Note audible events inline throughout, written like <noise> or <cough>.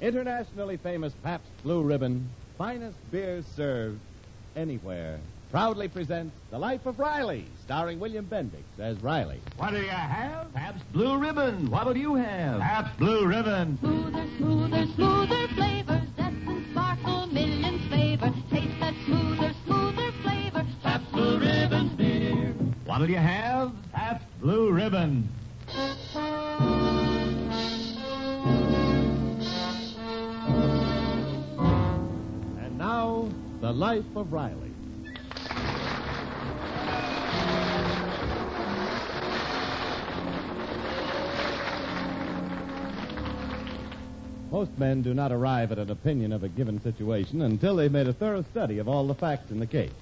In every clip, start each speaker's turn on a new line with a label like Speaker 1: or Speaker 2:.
Speaker 1: Internationally famous Pabst Blue Ribbon, finest beer served anywhere, proudly presents The Life of Riley, starring William Bendix as Riley.
Speaker 2: What do you have?
Speaker 3: Pabst Blue Ribbon. What'll you have?
Speaker 2: Pabst Blue Ribbon.
Speaker 4: Smoother, smoother, smoother flavor. Zest sparkle, millions flavor. Taste that smoother, smoother flavor. Pabst Blue Ribbon beer.
Speaker 3: What'll you have?
Speaker 2: Pabst Blue Ribbon.
Speaker 1: And now, The Life of Riley. Most men do not arrive at an opinion of a given situation until they've made a thorough study of all the facts in the case.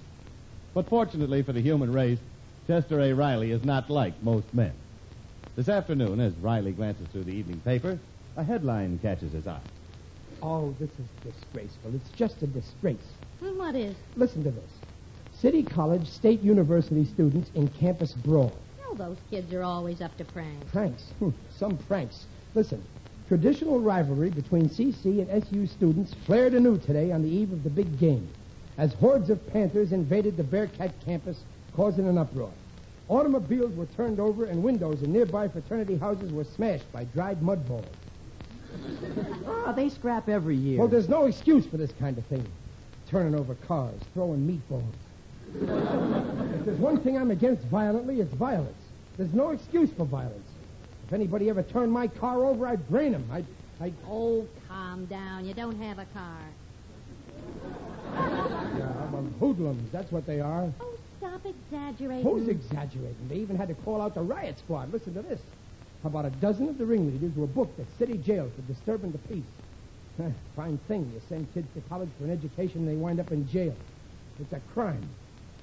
Speaker 1: But fortunately for the human race, Chester A. Riley is not like most men. This afternoon, as Riley glances through the evening paper, a headline catches his eye.
Speaker 5: Oh, this is disgraceful. It's just a disgrace.
Speaker 6: What is?
Speaker 5: Listen to this. City College State University students in campus brawl.
Speaker 6: Oh, those kids are always up to pranks.
Speaker 5: Pranks. Hmm, some pranks. Listen. Traditional rivalry between CC and SU students flared anew today on the eve of the big game as hordes of Panthers invaded the Bearcat campus, causing an uproar. Automobiles were turned over and windows in nearby fraternity houses were smashed by dried mud balls.
Speaker 7: Oh, they scrap every year.
Speaker 5: Well, there's no excuse for this kind of thing. Turning over cars, throwing meatballs. if there's one thing I'm against violently, it's violence. There's no excuse for violence. If anybody ever turned my car over, I'd brain him. I'd, I'd...
Speaker 6: Oh, calm down. You don't have a car.
Speaker 5: Yeah, well, hoodlums, that's what they are.
Speaker 6: Oh, stop exaggerating.
Speaker 5: Who's exaggerating? They even had to call out the riot squad. Listen to this. About a dozen of the ringleaders were booked at city jail for disturbing the peace. Huh, Fine thing. You send kids to college for an education, they wind up in jail. It's a crime.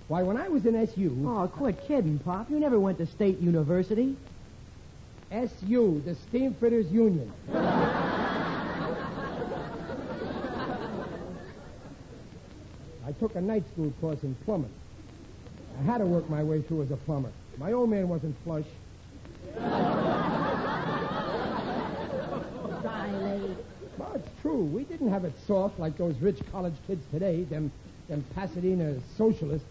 Speaker 5: Why, when I was in SU,
Speaker 7: Oh, quit kidding, Pop. You never went to state university.
Speaker 5: SU, the Steamfitters Union. I took a night school course in plumbing. I had to work my way through as a plumber. My old man wasn't flush.
Speaker 6: Riley.
Speaker 5: Well, it's true. We didn't have it soft like those rich college kids today, them, them Pasadena socialists.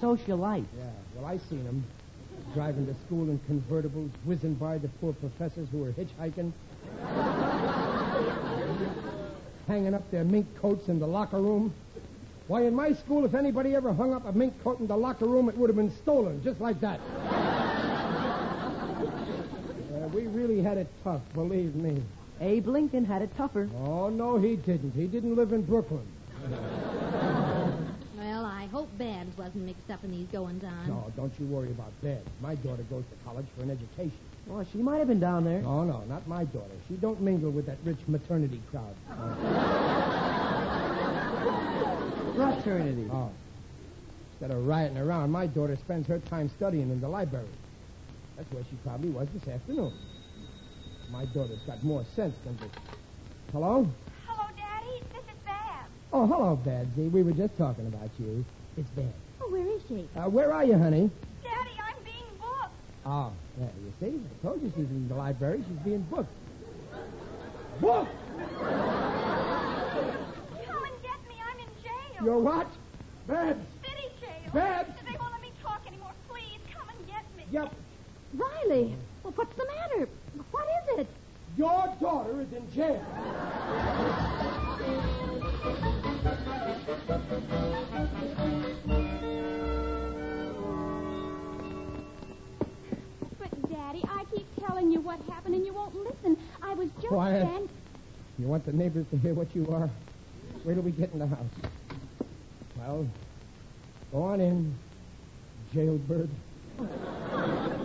Speaker 7: Socialite.
Speaker 5: Yeah, well, I seen 'em Driving to school in convertibles, whizzing by the poor professors who were hitchhiking. Hanging up their mink coats in the locker room. Why, in my school, if anybody ever hung up a mink coat in the locker room, it would have been stolen, just like that. Uh, we really had it tough, believe me.
Speaker 7: Abe Lincoln had it tougher.
Speaker 5: Oh, no, he didn't. He didn't live in Brooklyn.
Speaker 6: Well, I hope Babs wasn't mixed up in these goings on.
Speaker 5: No, don't you worry about that. My daughter goes to college for an education.
Speaker 7: Oh, she might have been down there.
Speaker 5: No, no, not my daughter. She don't mingle with that rich maternity crowd.
Speaker 7: Fraternity.
Speaker 5: Oh. Instead of rioting around, my daughter spends her time studying in the library. That's where she probably was this afternoon. My daughter's got more sense than this. Hello?
Speaker 8: Hello, Daddy. This is Babs.
Speaker 5: Oh, hello, Babsy. We were just talking about you. It's Babs.
Speaker 6: Oh, where is she?
Speaker 5: Uh, where are you, honey?
Speaker 8: Daddy, I'm being booked.
Speaker 5: Oh, yeah, you see? I told you she's in the library. She's being booked. Booked?
Speaker 8: Come and get me. I'm in jail.
Speaker 5: You're what? Babs!
Speaker 8: City jail.
Speaker 5: Babs!
Speaker 8: They won't let me talk anymore. Please, come and get me.
Speaker 5: Yep.
Speaker 6: Riley. Well, what's the matter? What is it?
Speaker 5: Your daughter is in jail.
Speaker 8: But, Daddy, I keep telling you what happened, and you won't listen. I was just
Speaker 5: Quiet.
Speaker 8: stand-
Speaker 5: You want the neighbors to hear what you are? Wait till we get in the house. Well, go on in, jailbird.
Speaker 6: Riley,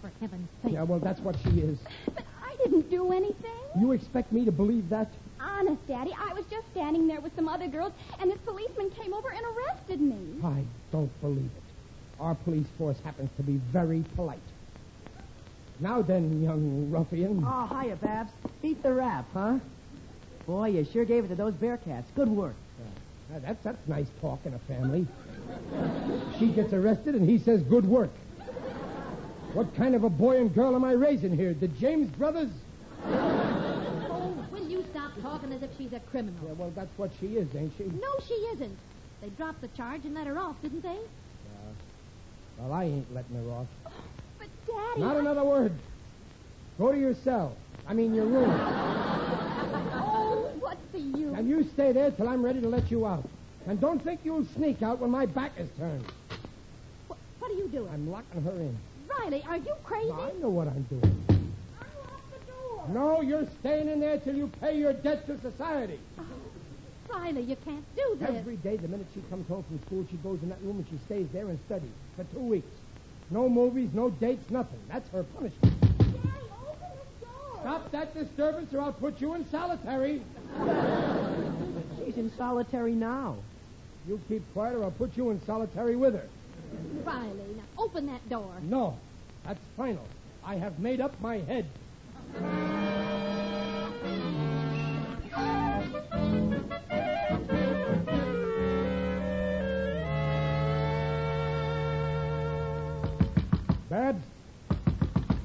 Speaker 6: for heaven's sake.
Speaker 5: Yeah, well, that's what she is.
Speaker 8: But I didn't do anything.
Speaker 5: You expect me to believe that?
Speaker 8: Honest, Daddy, I was just standing there with some other girls, and this policeman came over and arrested me.
Speaker 5: I don't believe it. Our police force happens to be very polite. Now then, young ruffian.
Speaker 7: Oh, hiya, Babs. Eat the wrap, huh? Boy, you sure gave it to those Bearcats. Good work.
Speaker 5: Now, that's, that's nice talk in a family. she gets arrested, and he says, good work. What kind of a boy and girl am I raising here? The James brothers?
Speaker 6: Oh, will you stop talking as if she's a criminal?
Speaker 5: Yeah, well, that's what she is, ain't she?
Speaker 6: No, she isn't. They dropped the charge and let her off, didn't they?
Speaker 5: Well, I ain't letting her off.
Speaker 8: But, Daddy.
Speaker 5: Not
Speaker 8: I-
Speaker 5: another word. Go to your cell. I mean, your room.
Speaker 8: Oh, what for you?
Speaker 5: and you stay there till I'm ready to let you out. And don't think you'll sneak out when my back is turned.
Speaker 6: What, what are you doing?
Speaker 5: I'm locking her in.
Speaker 6: Riley, are you crazy?
Speaker 5: I know what I'm doing.
Speaker 8: Unlock the door.
Speaker 5: No, you're staying in there till you pay your debt to society.
Speaker 6: Riley, you can't do this.
Speaker 5: Every day, the minute she comes home from school, she goes in that room and she stays there and studies for two weeks. No movies, no dates, nothing. That's her punishment.
Speaker 8: Daddy, open the door.
Speaker 5: Stop that disturbance or I'll put you in solitary.
Speaker 7: She's in solitary now.
Speaker 5: You keep quiet or I'll put you in solitary with her.
Speaker 6: Riley, now open that door.
Speaker 5: No, that's final. I have made up my head. Babs?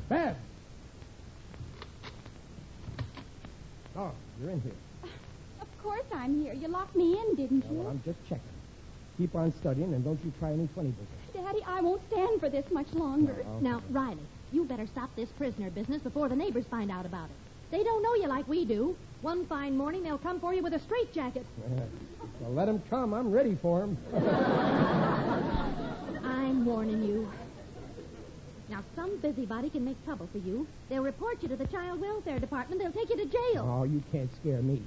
Speaker 5: Babs? Oh, you're in here.
Speaker 8: Of course I'm here. You locked me in, didn't
Speaker 5: Yeah,
Speaker 8: you?
Speaker 5: well, I'm just checking. Keep on studying and don't you try any 20 business.
Speaker 8: Daddy, I won't stand for this much longer.
Speaker 6: Now, Riley, you better stop this prisoner business before the neighbors find out about it. They don't know you like we do. One fine morning, they'll come for you with a straitjacket.
Speaker 5: <laughs> Well, let him come. I'm ready for him.
Speaker 6: I'm warning you. Now, some busybody can make trouble for you. They'll report you to the Child Welfare Department. They'll take you to jail.
Speaker 5: Oh, you can't scare me.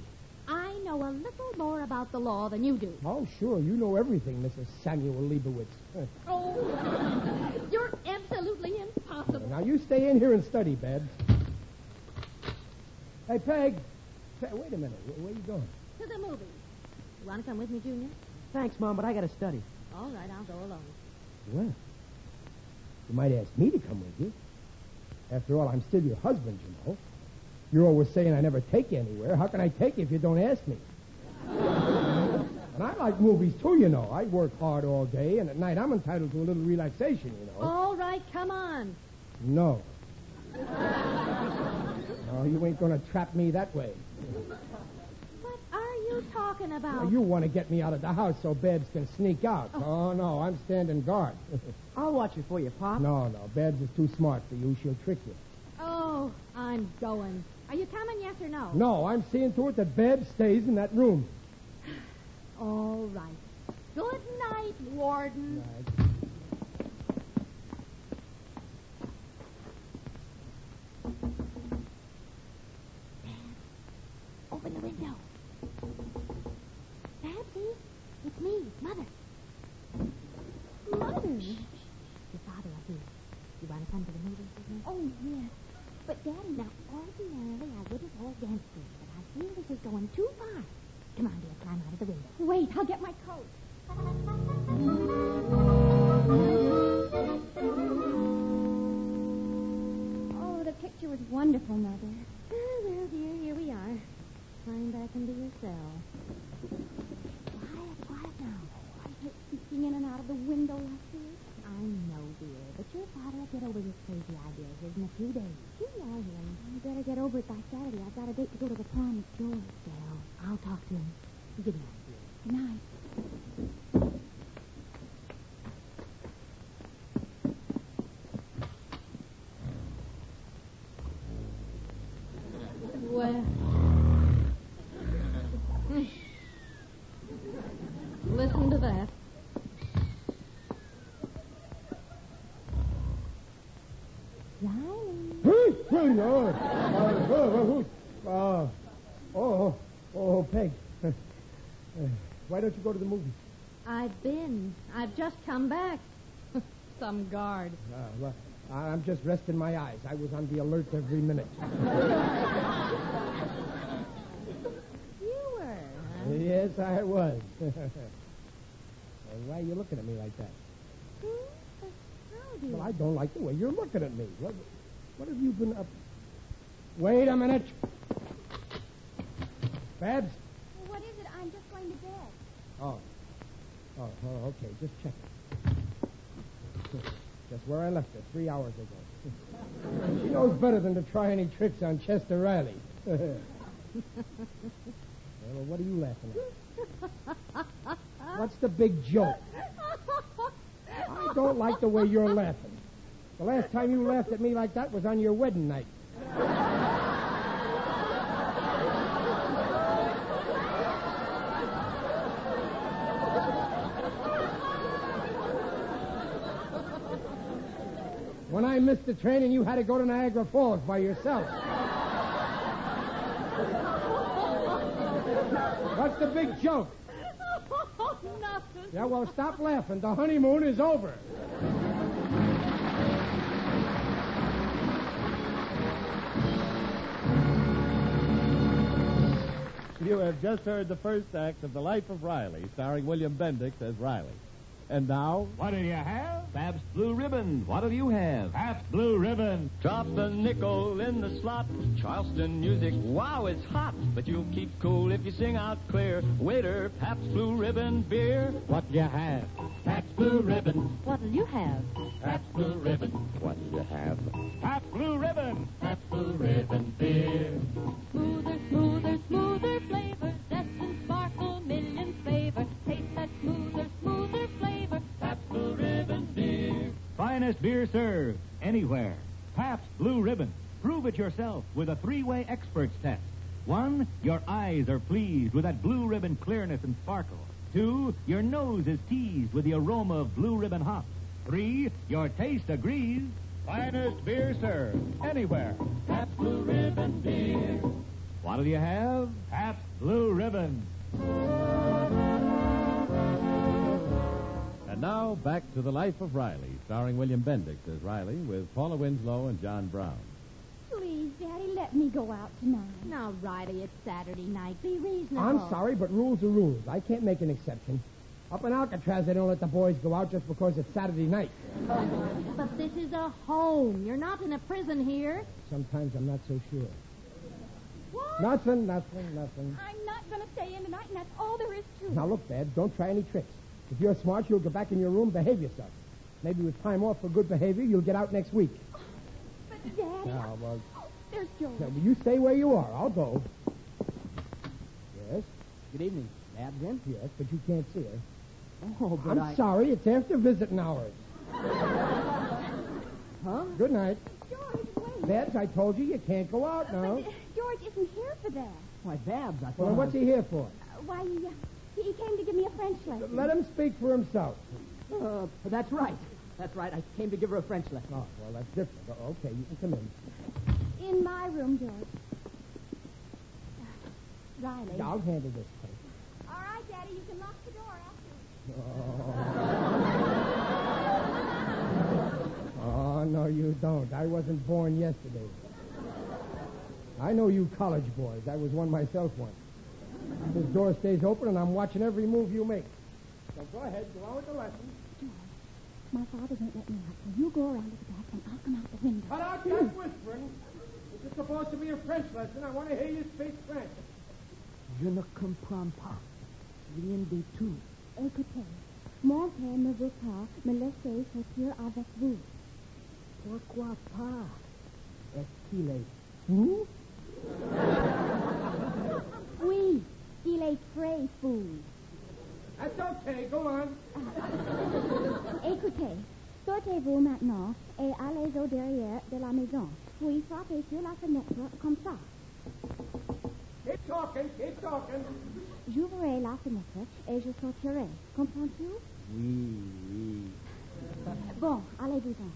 Speaker 6: I know a little more about the law than you do.
Speaker 5: Oh, sure. You know everything, Mrs. Samuel Leibowitz. Huh.
Speaker 6: Oh, you're absolutely impossible.
Speaker 5: now, you stay in here and study, Babs. Hey, Peg. Pe- wait a minute. Where, where you going?
Speaker 6: To the movies. You want to come with me, Junior?
Speaker 7: Thanks, Mom, but I gotta study.
Speaker 6: All right, I'll go alone.
Speaker 5: Well, you might ask me to come with you. After all, I'm still your husband, you know. You're always saying I never take you anywhere. How can I take you if you don't ask me? and I like movies, too, you know. I work hard all day, and at night I'm entitled to a little relaxation, you know.
Speaker 6: All right, come on.
Speaker 5: No. no, you ain't going to trap me that way.
Speaker 6: What are you talking about?
Speaker 5: Now, you want to get me out of the house so Babs can sneak out. Oh, no, I'm standing guard. <laughs>
Speaker 7: I'll watch it for you, Pop.
Speaker 5: no, no, Babs is too smart for you. She'll trick you.
Speaker 6: Oh, I'm going. Are you coming, yes or no?
Speaker 5: No, I'm seeing to it that Babs stays in that room.
Speaker 6: All right. Good night, Warden.
Speaker 4: Open the window. Patsy, it's me, Mother.
Speaker 8: Mother.
Speaker 6: Your father will be. You want to come to the movies with me?
Speaker 4: Oh, yes. But, Daddy, now, ordinarily I wouldn't hold against you, but I feel this is going too far. Come on, dear, climb out of the window.
Speaker 8: Wait, I'll get my coat. Oh, the picture was wonderful, Mother.
Speaker 6: Oh, well, dear, here we are. Climb back into your cell.
Speaker 4: Quiet, quiet now.
Speaker 8: I hate sneaking in and out of the window like this.
Speaker 6: I know, dear, but your father will get over his crazy ideas of his in a few days. You are him.
Speaker 4: You better get over it by Saturday. I've got a date to go to the prom with George.
Speaker 6: Well, I'll talk to him. Good night, dear.
Speaker 4: Good night.
Speaker 6: Well. Listen to that. Riley.
Speaker 5: Hey, hey, oh, no. Uh, uh, uh, oh, oh, oh, Peg. <laughs> Uh, Why don't you go to the movies?
Speaker 6: I've been. I've just come back. <laughs> Some guard.
Speaker 5: Uh, well, I- I'm just resting my eyes. I was on the alert every minute.
Speaker 6: You were. huh?
Speaker 5: yes, I was. <laughs> Uh, Why are you looking at me like that?
Speaker 6: Hmm? How do you?
Speaker 5: Well, I don't like the way you're looking at me. What, what have you been up? Wait a minute, Babs.
Speaker 8: Well, what is it? I'm just going to bed.
Speaker 5: Oh. Oh, oh, okay. Just check. <laughs> Just where I left her three hours ago. <laughs> she knows better than to try any tricks on Chester Riley. <laughs> well, what are you laughing at? What's the big joke? I don't like the way you're laughing. The last time you laughed at me like that was on your wedding night. When I missed the train and you had to go to Niagara Falls by yourself. What's the big joke? Yeah, well, stop laughing. The honeymoon is over.
Speaker 1: You have just heard the first act of The Life of Riley, starring William Bendix as Riley. And now,
Speaker 2: What'll you have?
Speaker 3: Babs Blue Ribbon, what'll you have?
Speaker 2: Pabst Blue Ribbon.
Speaker 9: Drop a nickel in the slot. Charleston music, wow, it's hot. But you'll keep cool if you sing out clear. Waiter, Pabst Blue Ribbon beer.
Speaker 2: What you have? Pabst Blue Ribbon.
Speaker 10: What'll you have?
Speaker 2: Pabst Blue Ribbon. What you have? Pabst Blue Ribbon. Pabst Blue Ribbon beer.
Speaker 4: Smoother, smoother, smoother flavor. Zest and sparkle, millions favor. Taste that smoother, smoother flavor.
Speaker 9: Pabst Blue Ribbon beer.
Speaker 2: Finest beer served anywhere. Pabst Blue Ribbon. Prove it yourself with a three-way experts test. One, your eyes are pleased with that blue ribbon clearness and sparkle. Two, your nose is teased with the aroma of blue ribbon hops. Three, your taste agrees. Finest beer served anywhere.
Speaker 9: Pabst Blue Ribbon beer.
Speaker 2: What'll you have? Pabst Blue Ribbon.
Speaker 1: and now back to The Life of Riley, starring William Bendix as Riley with Paula Winslow and John Brown.
Speaker 8: Please, Daddy, let me go out tonight.
Speaker 6: Now, Riley, it's Saturday night. Be reasonable.
Speaker 5: I'm sorry, but rules are rules. I can't make an exception. Up in Alcatraz, they don't let the boys go out just because it's Saturday night.
Speaker 6: But this is a home. You're not in a prison here.
Speaker 5: Sometimes I'm not so sure.
Speaker 8: What?
Speaker 5: Nothing, nothing, nothing.
Speaker 8: I'm not going to stay in tonight, and that's all there is to it.
Speaker 5: Now, look, Babs, don't try any tricks. If you're smart, you'll go back in your room, behave yourself. Maybe with time off for good behavior, you'll get out next week.
Speaker 8: But, Daddy,
Speaker 5: Now, well,
Speaker 8: oh, there's George.
Speaker 5: now, will you stay where you are. I'll go. Yes,
Speaker 7: Good evening. Babs in?
Speaker 5: yes, but you can't see her.
Speaker 7: Oh, but
Speaker 5: I'm
Speaker 7: I...
Speaker 5: sorry, it's after visiting hours.
Speaker 7: Huh?
Speaker 5: Good night.
Speaker 8: George, wait.
Speaker 5: Babs, I told you you can't go out now.
Speaker 8: But, uh, George isn't here for that.
Speaker 7: Why, Babs, I thought...
Speaker 5: Well,
Speaker 7: I
Speaker 5: then what's
Speaker 7: was-
Speaker 5: he here for?
Speaker 8: Uh, why, he, uh, he he came to give me a French lesson.
Speaker 5: Let him speak for himself.
Speaker 7: Uh, that's right. That's right. I came to give her a French lesson.
Speaker 5: Oh, well, that's different. Oh, okay, you can come in.
Speaker 8: In my room, George. Riley.
Speaker 5: I'll handle this. Thing.
Speaker 8: All right, Daddy, you can lock the door after.
Speaker 5: <laughs> Oh, no, you don't. I wasn't born yesterday. I know you college boys. I was one myself once. This door stays open, and I'm watching every move you make. So go ahead, go on with the lesson.
Speaker 8: My father won't let me out, so you go around to the back and I'll come out the window.
Speaker 5: Cut out that whispering. This is supposed to be a French lesson. I want to hear you speak French.
Speaker 7: Je ne comprends pas. Rien du tout.
Speaker 8: Écoutez, mon père ne veut pas me laisser sortir avec vous.
Speaker 7: Pourquoi pas? Est-ce qu'il est
Speaker 5: Hmm?
Speaker 8: Oui, il est très fou.
Speaker 5: That's okay. Go on.
Speaker 8: Écoutez, sortez-vous maintenant et allez au derrière de la maison. Puis frappez sur la fenêtre comme ça.
Speaker 5: Keep talking. Keep talking.
Speaker 8: J'ouvrirai la fenêtre et je sortirai. Comprends-tu?
Speaker 7: Oui, oui.
Speaker 8: Bon, allez-vous-en.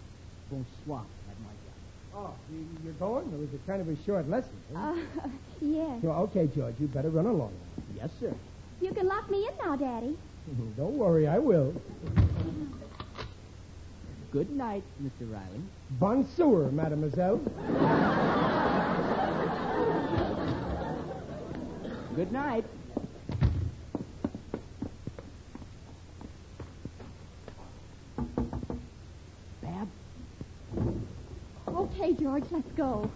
Speaker 7: Bonsoir, mademoiselle.
Speaker 5: Oh, you, you're going? It was a kind of a short lesson. huh?
Speaker 6: <laughs>
Speaker 8: Uh, yes.
Speaker 5: Well, okay, George. You better run along. <laughs>
Speaker 7: Yes, sir.
Speaker 8: You can lock me in now, Daddy.
Speaker 5: Don't worry, I will.
Speaker 7: Good night, Mr. Riley.
Speaker 5: Bonsoir, mademoiselle.
Speaker 7: Good night. Babs?
Speaker 8: Okay, George, let's go.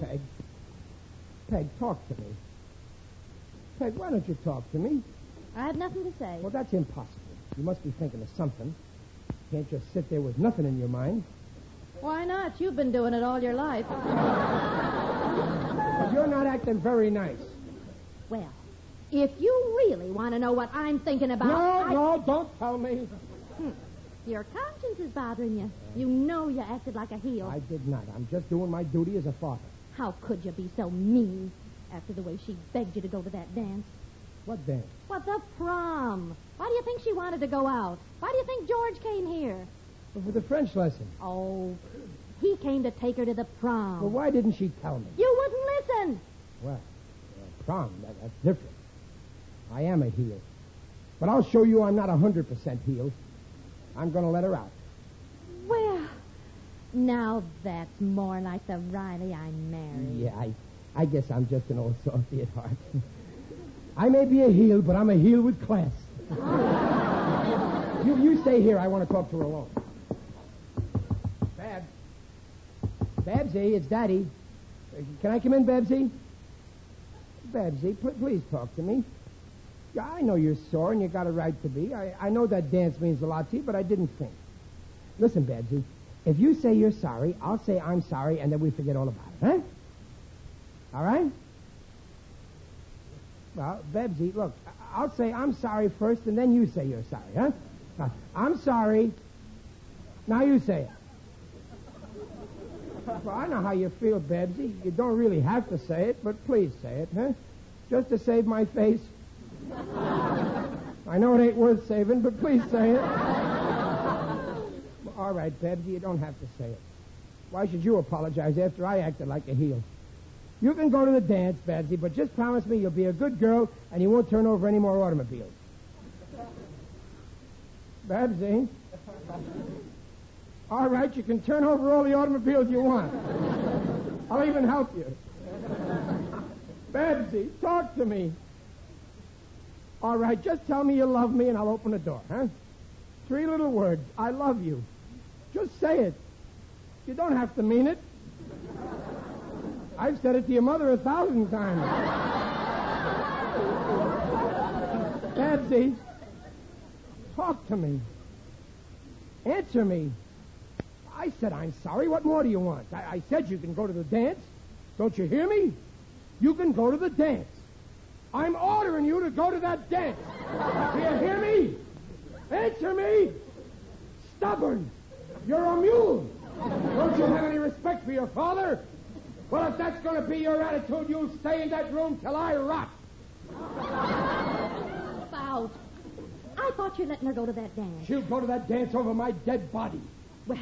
Speaker 5: Peg. Peg, talk to me. Peg, Meg, why don't you talk to me?
Speaker 6: I have nothing to say.
Speaker 5: Well, that's impossible. You must be thinking of something. Can't just sit there with nothing in your mind.
Speaker 6: Why not? You've been doing it all your life.
Speaker 5: But you're not acting very nice.
Speaker 6: Well, if you really want to know what I'm thinking about,
Speaker 5: No,
Speaker 6: I-
Speaker 5: no, don't tell me.
Speaker 6: your conscience is bothering you. You know you acted like a heel.
Speaker 5: I did not. I'm just doing my duty as a father.
Speaker 6: How could you be so mean after the way she begged you to go to that dance?
Speaker 5: What then?
Speaker 6: What the prom? Why do you think she wanted to go out? Why do you think George came here?
Speaker 5: Well, for the French lesson.
Speaker 6: Oh, he came to take her to the prom.
Speaker 5: Well, why didn't she tell me?
Speaker 6: You wouldn't listen.
Speaker 5: Well, uh, prom, that, that's different. I am a heel. But I'll show you I'm not 100% heel. I'm going to let her out.
Speaker 6: Well, now that's more like the Riley I married.
Speaker 5: Yeah, I, I guess I'm just an old softy at heart. <laughs> I may be a heel, but I'm a heel with class. <laughs> you, you stay here. I want to talk to her alone. Babs. Babsy, it's Daddy. Uh, Can I come in, Babsy? Babsy, pl- please talk to me. Yeah, I know you're sore and you got a right to be. I, I know that dance means a lot to you, but I didn't think. Listen, Babsy, if you say you're sorry, I'll say I'm sorry, and then we forget all about it, huh? All right? Well, Babsy, look, I- I'll say I'm sorry first, and then you say you're sorry, huh? Now, I'm sorry. Now you say it. Well, I know how you feel, Babsy. You don't really have to say it, but please say it, huh? Just to save my face. I know it ain't worth saving, but please say it. All right, Babsy, you don't have to say it. Why should you apologize after I acted like a heel? You can go to the dance, Babsy, but just promise me you'll be a good girl and you won't turn over any more automobiles. Babsy? All right, you can turn over all the automobiles you want. I'll even help you. Babsy, talk to me. All right, just tell me you love me and I'll open the door, huh? Three little words. I love you. Just say it. You don't have to mean it. I've said it to your mother a thousand times. Patsy, talk to me. Answer me. I said I'm sorry. What more do you want? I, I said you can go to the dance. Don't you hear me? You can go to the dance. I'm ordering you to go to that dance. Do you hear me? Answer me. Stubborn. You're a mule. Don't you have any respect for your father? Well, if that's going to be your attitude, you'll stay in that room till I rot. Mm.
Speaker 6: Step out. I thought you were letting her go to that dance.
Speaker 5: She'll go to that dance over my dead body.
Speaker 6: Well,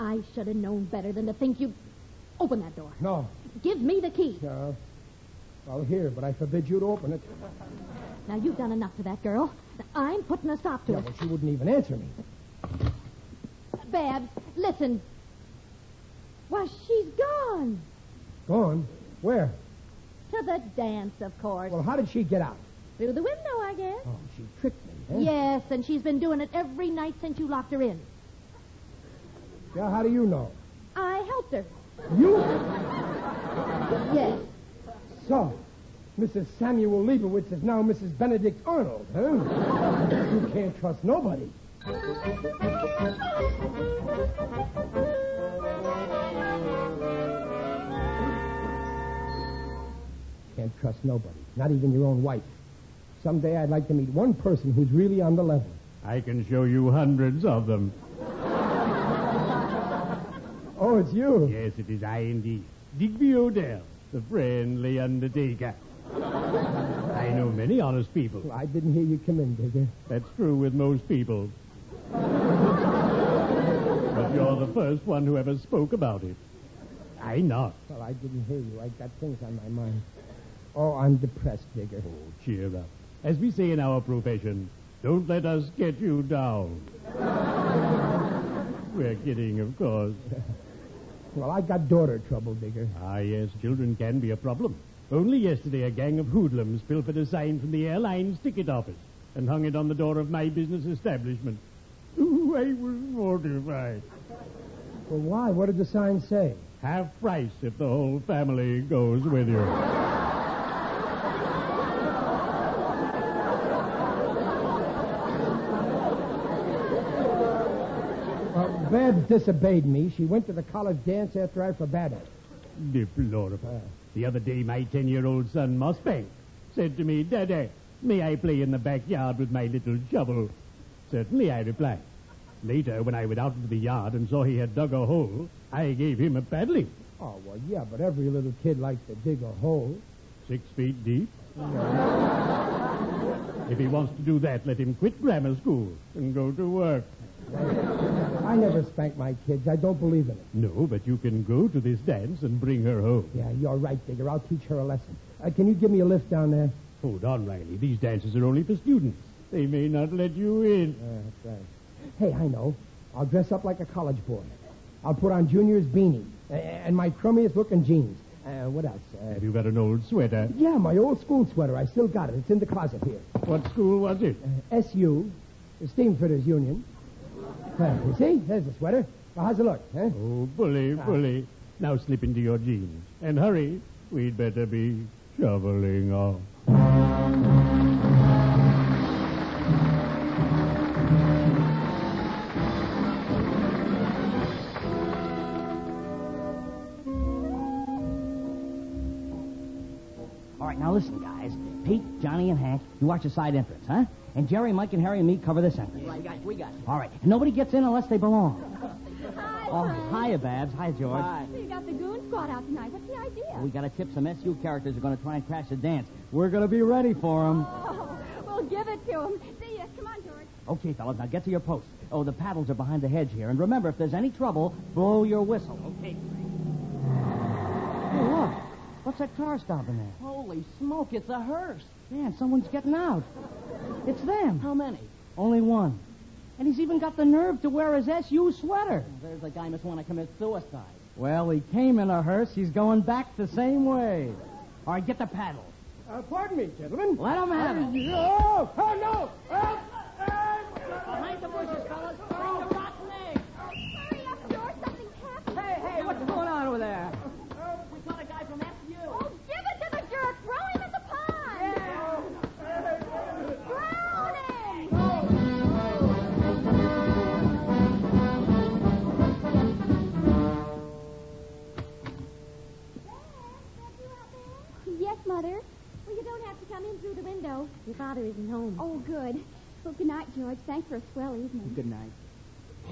Speaker 6: I should have known better than to think you'd open that door.
Speaker 5: No.
Speaker 6: Give me the key.
Speaker 5: Uh, well, here, but I forbid you to open it.
Speaker 6: Now you've done enough to that girl. I'm putting a stop to
Speaker 5: Yeah,
Speaker 6: it.
Speaker 5: but she wouldn't even answer me.
Speaker 6: Babs, listen. Why, she's gone.
Speaker 5: Gone? Where?
Speaker 6: To the dance, of course.
Speaker 5: Well, how did she get out?
Speaker 6: Through the window, I guess.
Speaker 5: Oh, she tricked me. Huh?
Speaker 6: Yes, and she's been doing it every night since you locked her in.
Speaker 5: Yeah, how do you know?
Speaker 6: I helped her.
Speaker 5: You?
Speaker 6: Yes.
Speaker 5: So, Mrs. Samuel Leibowitz is now Mrs. Benedict Arnold, huh? you can't trust nobody. Can't trust nobody, not even your own wife. Someday I'd like to meet one person who's really on the level.
Speaker 1: I can show you hundreds of them.
Speaker 5: Oh, it's you.
Speaker 1: Yes, it is I indeed. Digby Odell, the friendly undertaker. I know many honest people.
Speaker 5: Well, I didn't hear you come in, Digger.
Speaker 1: That's true with most people. but you're the first one who ever spoke about it. I not.
Speaker 5: Well, I didn't hear you. I got things on my mind. Oh, I'm depressed, Digger.
Speaker 1: Oh, cheer up. As we say in our profession, don't let us get you down. We're kidding, of course.
Speaker 5: Well, I got daughter trouble, Digger.
Speaker 1: Ah, yes, children can be a problem. Only yesterday, a gang of hoodlums pilfered a sign from the airline's ticket office and hung it on the door of my business establishment. Ooh, I was mortified.
Speaker 5: Well, why? What did the sign say?
Speaker 1: Half price if the whole family goes with you.
Speaker 5: Babs disobeyed me. She went to the college dance after I forbade her.
Speaker 1: Deplorable. The other day, my 10 year old son, Mustang, said to me, Daddy, may I play in the backyard with my little shovel? Certainly, I replied. Later, when I went out into the yard and saw he had dug a hole, I gave him a paddling.
Speaker 5: Oh, well, yeah, but every little kid likes to dig a hole.
Speaker 1: Six feet deep. if he wants to do that, let him quit grammar school and go to work.
Speaker 5: I never spank my kids. I don't believe in it.
Speaker 1: No, Oh, but you can go to this dance and bring her home.
Speaker 5: Yeah, you're right, Digger. I'll teach her a lesson. Uh, can you give me a lift down there?
Speaker 1: Hold on, Riley. These dances are only for students. They may not let you in.
Speaker 5: that's right. Hey, I know. I'll dress up like a college boy. I'll put on Junior's beanie uh, and my crummiest looking jeans. Uh, what else? Uh,
Speaker 1: Have you got an old sweater?
Speaker 5: yeah, my old school sweater. I still got it. It's in the closet here.
Speaker 1: What school was it?
Speaker 5: SU, the Steamfitters Union. Uh, you see? There's the sweater. Well, how's it look? Huh?
Speaker 1: Oh, bully, bully. Now slip into your jeans. And hurry. We'd better be shoveling off.
Speaker 7: All right, now listen, guys. Pete, Johnny, and Hank, you watch the side entrance, huh? And Jerry, Mike, and Harry and me cover this entrance. Right, guys, we got it. All right. And nobody gets in unless they belong.
Speaker 6: Hi,
Speaker 7: Oh,
Speaker 6: Frank.
Speaker 7: hiya, Babs. Hi, George.
Speaker 6: So you got the goon squad out tonight. What's the idea?
Speaker 7: We got to tip some SU characters who are going to try and crash the dance. We're going to be ready for them.
Speaker 6: Oh, well, give it to him. See ya. Come on, George.
Speaker 7: Okay, fellas, now get to your post. Oh, the paddles are behind the hedge here. And remember, if there's any trouble, blow your whistle. Okay. Hey, look. What's that car stopping there? Holy smoke, it's a hearse. Man, someone's getting out. It's them. How many? Only one. And he's even got the nerve to wear his SU sweater. There's a guy who must want to commit suicide. Well, he came in a hearse. He's going back the same way. All right, get the paddle.
Speaker 5: Uh, pardon me, gentlemen.
Speaker 7: Let him have it.
Speaker 5: Oh, oh, no! Oh,
Speaker 7: Behind the bushes, fellas. Bring the rotten egg.
Speaker 6: Hurry up, George. Something's happening.
Speaker 7: Hey, hey, what's going on over there?
Speaker 6: Oh, give it to the jerk. Throw him in the pond. Drown him.
Speaker 8: Yes, Mother.
Speaker 6: Well, you don't have to come in through the window. Your father isn't home.
Speaker 8: Oh, good. Well, good night, George. Thanks for a swell evening.
Speaker 7: Good night.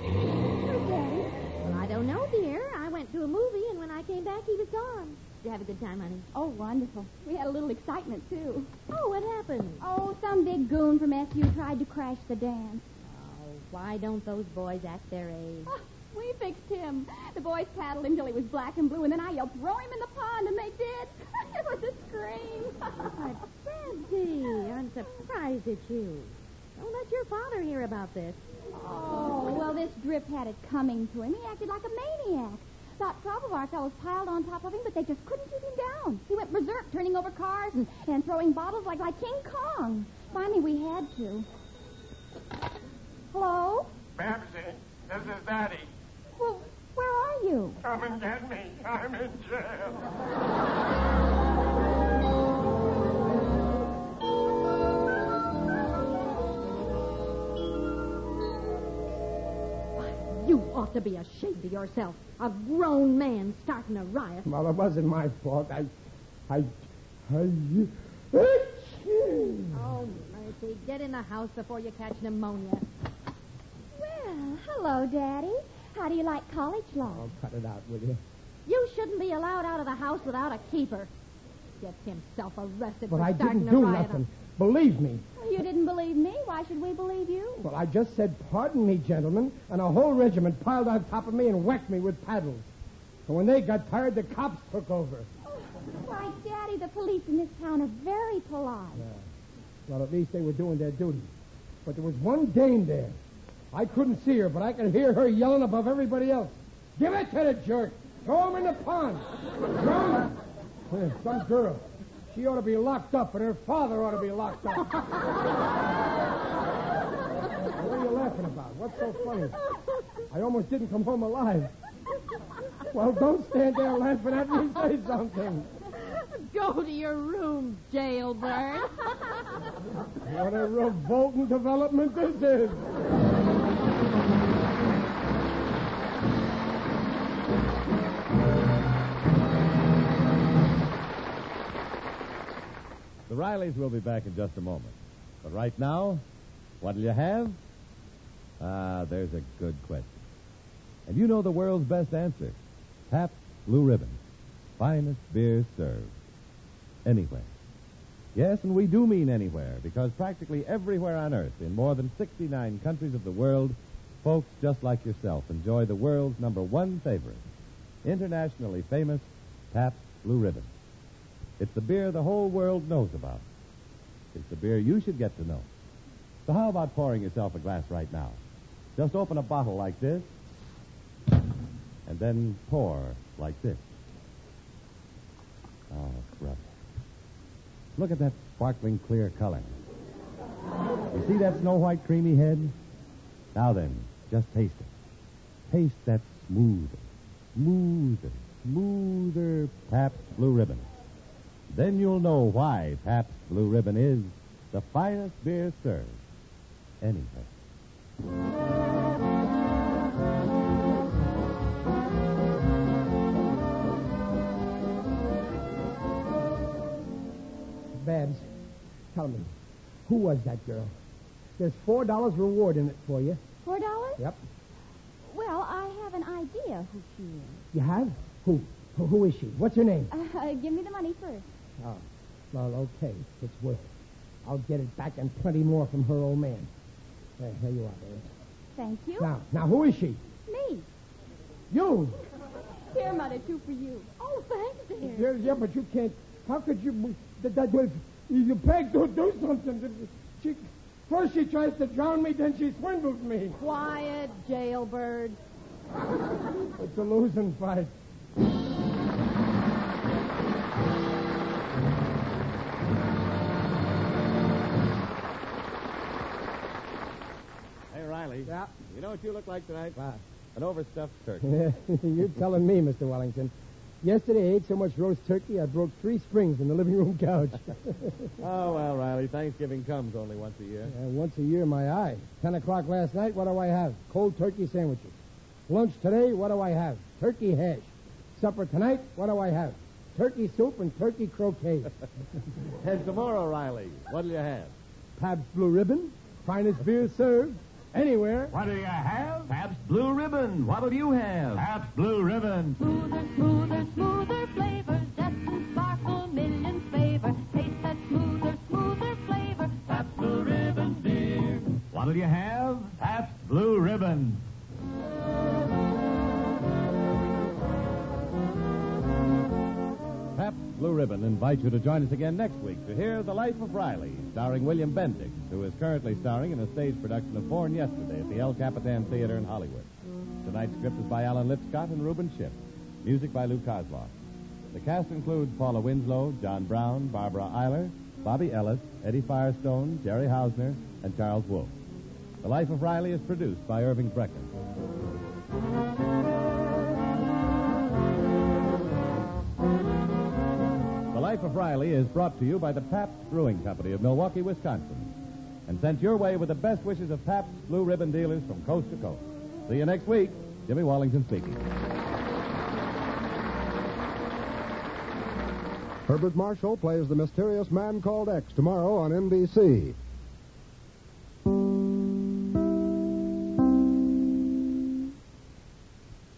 Speaker 8: Good Daddy.
Speaker 5: Oh.
Speaker 6: Well, I don't know, dear. I went to a movie, and when I came back, he was gone. Did you have a good time, honey?
Speaker 8: Oh, wonderful. We had a little excitement, too.
Speaker 6: Oh, what happened?
Speaker 8: Oh, some big goon from SU tried to crash the dance.
Speaker 6: Oh, why don't those boys act their age?
Speaker 8: Oh, we fixed him. The boys paddled him till he was black and blue, and then I yelled, throw him in the pond, and they did. <laughs> it was a scream.
Speaker 6: Sandy, I'm surprised at you. Don't let your father hear about this.
Speaker 8: oh, well, this drip had it coming to him. He acted like a maniac. About twelve of our fellows piled on top of him, but they just couldn't keep him down. He went berserk, turning over cars and, and throwing bottles like, like King Kong. Finally, we had to. Hello?
Speaker 2: Babsy, this is Daddy.
Speaker 8: Well, where are you?
Speaker 2: Come and get me. I'm in jail.
Speaker 6: You ought to be ashamed of yourself. A grown man starting a riot.
Speaker 5: Well, it wasn't my fault. I, I, I. Achoo.
Speaker 6: Oh, mercy. Get in the house before you catch pneumonia.
Speaker 8: Well, hello, Daddy. How do you like college law?
Speaker 5: I'll cut it out, will you?
Speaker 6: You shouldn't be allowed out of the house without a keeper. Gets himself arrested
Speaker 5: But
Speaker 6: for
Speaker 5: I
Speaker 6: starting
Speaker 5: didn't
Speaker 6: a
Speaker 5: do
Speaker 6: riot. Oh,
Speaker 5: nothing. Believe me.
Speaker 8: You didn't believe me. Why should we believe you?
Speaker 5: Well, I just said, pardon me, gentlemen, and a whole regiment piled on top of me and whacked me with paddles. And when they got tired, the cops took over.
Speaker 8: Why, Daddy, the police in this town are very polite.
Speaker 5: Well, at least they were doing their duty. But there was one dame there. I couldn't see her, but I could hear her yelling above everybody else. Give it to the jerk. Throw him in the pond. Throw him. Yeah, Some girl. She ought to be locked up, and her father ought to be locked up. Now, what are you laughing about? What's so funny? I almost didn't come home alive. Well, don't stand there laughing at me. Say something.
Speaker 6: Go to your room, jailbird.
Speaker 5: What a revolting development this is.
Speaker 1: Riley's will be back in just a moment. But right now, what'll you have? Ah, there's a good question. And you know the world's best answer. Pabst Blue Ribbon. Finest beer served. Anywhere. Yes, and we do mean anywhere, because practically everywhere on Earth, in more than 69 countries of the world, folks just like yourself enjoy the world's number one favorite, internationally famous Pabst Blue Ribbon. It's the beer the whole world knows about. It's the beer you should get to know. So how about pouring yourself a glass right now? Just open a bottle like this, and then pour like this. Oh, brother. Look at that sparkling clear color. You see that snow white creamy head? Now then, just taste it. Taste that smoother, smoother, smoother Pabst Blue Ribbon. Then you'll know why Pabst Blue Ribbon is the finest beer served anywhere.
Speaker 5: Babs, tell me, who was that girl? There's four dollars reward in it for you.
Speaker 8: Four dollars?
Speaker 5: Yep.
Speaker 8: Well, I have an idea <laughs> who she is.
Speaker 5: You have? Who? Who, who is she? What's her name?
Speaker 8: Uh, give me the money first.
Speaker 5: Oh, well, okay. It's worth it. I'll get it back and plenty more from her old man. There, here you are, Babs.
Speaker 8: Thank you.
Speaker 5: Now, now, who is she?
Speaker 8: Me.
Speaker 5: You.
Speaker 8: Here, Mother, two for you. Oh, thanks, dear.
Speaker 5: Yeah, yeah, but you can't. How could you? That, that was. You begged to do something. She, first she tries to drown me, then she swindles me.
Speaker 6: Quiet, jailbird.
Speaker 5: It's a losing fight.
Speaker 1: Hey, Riley.
Speaker 5: Yeah.
Speaker 1: You know what you look like tonight?
Speaker 5: What?
Speaker 1: An overstuffed <laughs> turkey.
Speaker 5: <laughs> You're telling me, Mr. Wellington. Yesterday I ate so much roast turkey I broke three springs in the living room couch.
Speaker 1: oh, well, Riley, Thanksgiving comes only once a year.
Speaker 5: And once a year, my eye. Ten o'clock last night, what do I have? Cold turkey sandwiches. Lunch today, what do I have? Turkey hash. Supper tonight, what do I have? Turkey soup and turkey croquet.
Speaker 1: And tomorrow, Riley, what'll you have?
Speaker 5: Pabst Blue Ribbon, finest beer served anywhere.
Speaker 2: What do you have?
Speaker 3: Pabst Blue Ribbon. What'll you have?
Speaker 2: Pabst Blue Ribbon.
Speaker 4: Smoother, smoother, smoother flavor. Zest and sparkle, millions favor. Taste that smoother, smoother flavor. Pabst Blue Ribbon beer.
Speaker 2: What'll you have? Pabst Blue Ribbon.
Speaker 1: Pabst Blue Ribbon invites you to join us again next week to hear The Life of Riley, starring William Bendix, who is currently starring in a stage production of Born Yesterday at the El Capitan Theater in Hollywood. Tonight's script is by Alan Lipscott and Reuben Schiff. Music by Lou Kozloff. The cast includes Paula Winslow, John Brown, Barbara Eiler, Bobby Ellis, Eddie Firestone, Jerry Hausner, and Charles Wolfe. The Life of Riley is produced by Irving Brecken. The Life of Riley is brought to you by the Pabst Brewing Company of Milwaukee, Wisconsin, and sent your way with the best wishes of Pabst Blue Ribbon dealers from coast to coast. See you next week. Jimmy Wallington speaking.
Speaker 11: Herbert Marshall plays the mysterious man called X tomorrow on NBC.